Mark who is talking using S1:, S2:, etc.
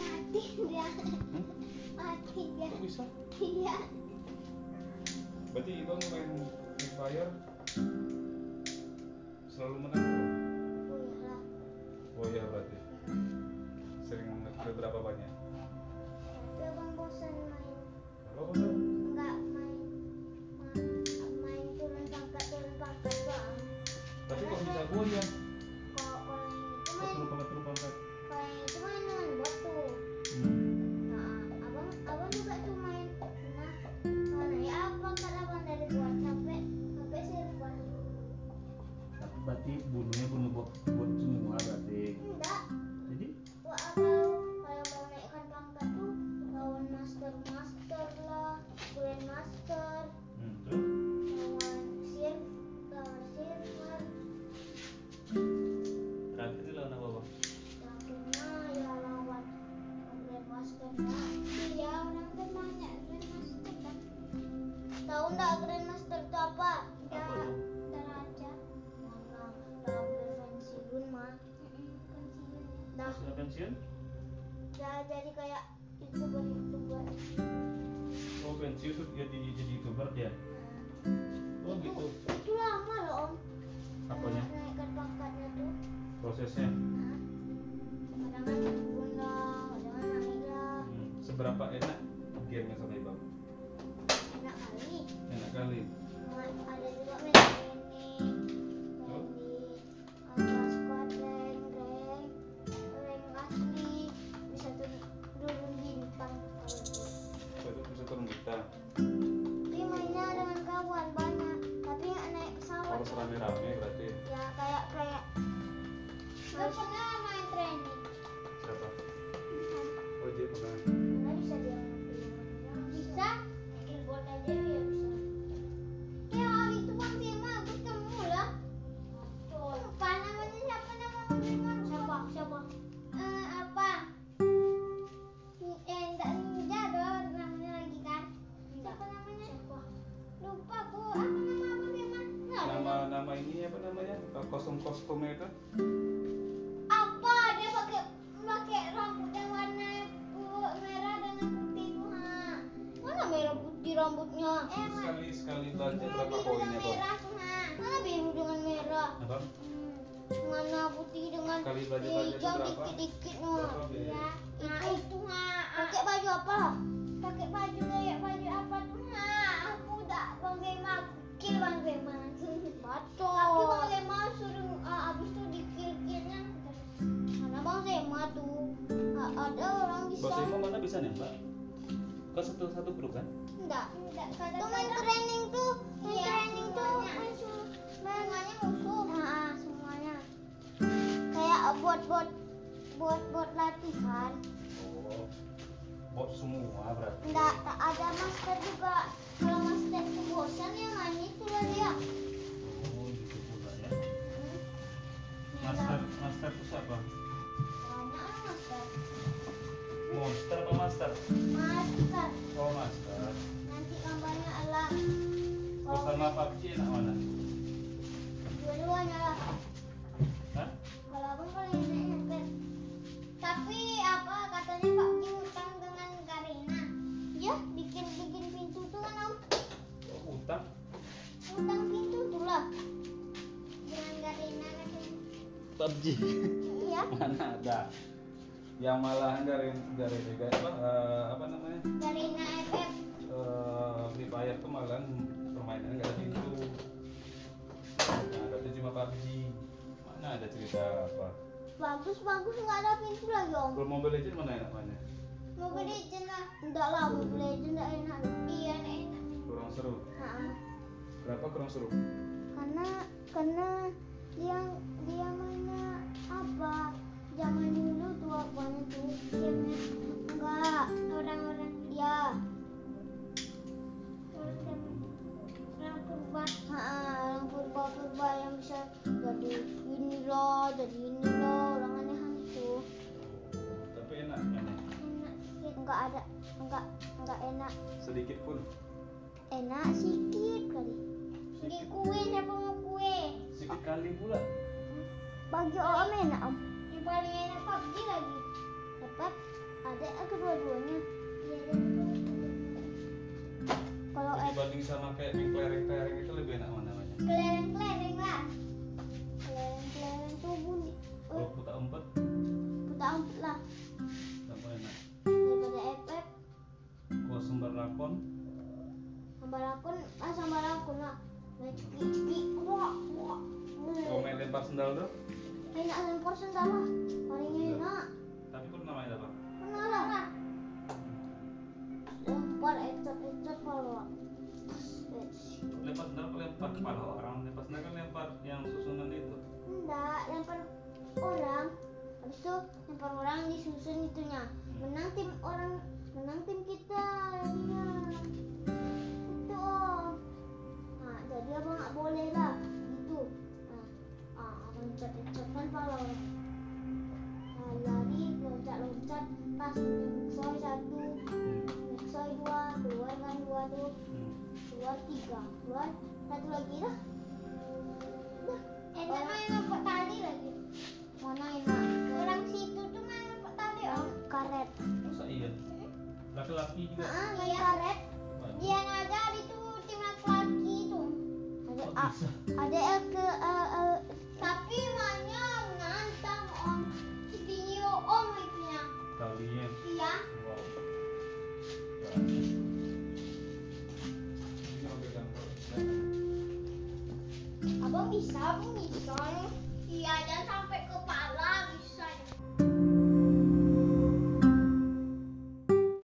S1: tidak
S2: Hmm?
S1: oh tidak
S2: Kok bisa?
S1: tidak
S2: Berarti Ibang main Free Fire selalu menang.
S1: Iyalah.
S2: Oh iya berarti. Sering menang berapa banyak?
S1: Tapi abang bosan main
S2: Kalau bosan?
S1: nggak main ma- main turun pangkat turun pangkat bang
S2: Tapi kok bisa Oh iya. goyang?
S1: kalau orang itu
S2: Kok
S1: main
S2: turun pangkat turun pangkat?
S1: kalau yang itu main dengan bot tuh nah abang abang juga tuh main nah mana ya abang kalau abang dari luar capek capek server
S3: Tapi berarti bunuhnya bunuh bot, bot semua berarti.
S1: enggak
S3: Jadi
S1: Wah, kalau kalau mau naikkan pangkat tuh lawan master master lah grand master
S3: hmm, terus
S1: lawan sir lawan silver
S4: Terakhir ini lawan apa bang?
S1: akhirnya ya lawan grand master lah iya orang tuh banyak grand master kan tahu nggak grand master itu apa ya
S4: Apa tuh?
S1: teraja mana dah berpensiun mah dah
S4: Sudah pensiun?
S1: dah jadi kayak youtuber youtuber
S4: Oh pensiun tuh jadi jadi youtuber dia. Oh gitu.
S1: itu lama loh om
S2: Apanya?
S1: naikkan pangkatnya tuh
S2: Prosesnya?
S1: Nah, kadang-kadang turun lah kadang-kadang naik lah
S4: Hmm.
S2: Seberapa enak gamenya sama Ibang?
S1: enak kali
S2: Enak kali.
S1: Ma- ada juga main ini main di apa squad rank rank rank asli bisa tuh dulu bintang kalau itu
S2: Satu bisa turun kita.
S1: tapi mainnya dengan kawan banyak tapi nggak naik pesawat
S2: Harus rame-rame berarti.
S1: ya kayak kayak Gak pernah main training
S2: Siapa? Oh dia pernah.
S1: Nggak bisa dia Bisa? Bikin buat aja dia bisa. Ya hari itu Bang Firman bertemu lah. Lupa namanya siapa nama Bang Firman? Siapa? Siapa? Eh apa? Ni- Eh enggak ninja dong namanya lagi kan? Siapa namanya? Siapa? Lupa aku. Apa nama Bang Firman? Nggak ada
S2: Nama nama ini apa namanya? Kostum kostumnya itu?
S1: apa dia pakai pakai rambut yang warna pu- merah dengan putih Nuha mana merah putih rambutnya eh ma-
S2: Sekali sekali belanja
S1: mana
S2: berapa
S1: biru
S2: poinnya bang?
S1: dengan merah Nuha mana biru dengan merah
S2: Abang?
S1: mana putih dengan
S2: Sekali belanja belanja itu
S1: hijau
S2: berapa?
S1: dikit dikit Nuha
S2: Berapa biaya?
S1: ya itu itu Nuha pakai baju apa pakai baju kayak baju apa Nuha aku tak bagaimana kill bagaimana bacot tapi bagaimana suruh ah, abis itu di kill killnya mana bang Zema tuh Ah, ada orang bisa
S4: Bos Emo mana bisa nembak? Kau satu satu grup kan?
S1: Enggak. Tuh main training tuh, main training tuh main suruh Iya, semuanya musuh. Nah, semuanya. Kayak buat buat buat buat latihan.
S2: Oh, bot semua berarti.
S1: Enggak, tak ada master juga. Kalau master itu bosan ya main itu lah dia.
S4: Oh gitu pula ya.
S1: Hmm.
S4: Master master itu siapa?
S1: Banyak lah master.
S4: Monster apa master?
S1: Master.
S4: Oh master.
S1: Nanti gambarnya alam.
S4: Kau sama PUBG enak mana?
S1: Dua-duanya lah.
S4: Hah?
S1: Kalau abang paling enak nyopet. Tapi apa katanya Pak Ji utang dengan Karina? Ya, bikin bikin pintu tuh kan Om.
S2: Oh, utang?
S1: Utang pintu tuh lah. Dengan Karina katanya.
S4: PUBG.
S1: Iya,
S4: Mana ada?
S2: Yang malahan dari dari juga apa? eh, apa namanya?
S1: Karina FF.
S2: eh Free Fire tuh malahan permainannya nggak ada pintu. Nah, ada tuh cuma PUBG. Mana ada cerita apa?
S1: Bagus bagus nggak ada pintu lagi Om.
S2: Kalau Mobile Legends mana enak mainnya?
S1: Mobile Legend lah. Enggak lah, Mobile Legend enggak enak. Iya, nggak enak.
S2: Kurang seru.
S1: Nah,
S2: Berapa kurang seru?
S1: karena karena dia dia mainnya apa zaman dulu tuh apanya tuh gamenya enggak orang-orang ya orang purba orang purba purba yang bisa jadi ini loh jadi ini loh orang aneh aneh tuh
S2: Tapi enak mainnya.
S1: enak sedikit enggak ada enggak enggak enak
S2: Sedikit pun.
S1: enak sedikit kali ini kue siapa mau kue
S4: Sikit kali pula.
S1: bagi orang enak om yang paling enak PUBG lagi dapat ada ada eh, kedua-duanya
S2: Iya, dan-
S1: kalau eh
S4: dibanding sama kayak yang kelereng-kelereng itu lebih enak mana namanya
S2: Kelereng-kelereng lah.
S1: kelereng-kelereng tuh bunyi
S4: kalau
S2: Oh.
S4: putar umpet
S1: buta amput lah
S4: apa enak
S1: daripada efek
S4: kalau sumber lakon
S1: sambal akun ah sambal akun lah nggak ciki-ciki wah wah
S4: kalau main lempar sendal tuh
S1: enak lempar sendal lah paling enak
S4: tapi kok namanya apa
S1: kenal lah lempar ecot-ecot kalau
S4: lempar sendal apa lempar kepala orang lempar sendal kan lempar yang susunan itu
S1: enggak lempar orang habis itu lempar orang disusun itunya menang tim orang menang tim kita iya itu om nah jadi abang nggak boleh lah gitu nah ah, abang loncat loncat kan pala orang nah, lari loncat loncat pas soy satu soy dua keluar kan dua tuh
S4: hmm.
S1: keluar tiga keluar satu lagi lah
S2: Eh, tak main lompat tali lagi.
S1: mana enak
S2: Orang situ tuh main oh. lompat tali, Om.
S1: karet
S4: masa iya laki-laki juga
S1: Heeh, main karet.
S2: iya. Dia ada di tuh tim laki-laki tuh.
S1: Ada A, ada L ke eh, eh,
S2: Tapi mainnya menantang, Om. Video Om itunya.
S4: kalian
S2: Iya.
S4: wow Bagus. Ini mau pegang
S2: Abang bisa, abang bisa. Iya, jangan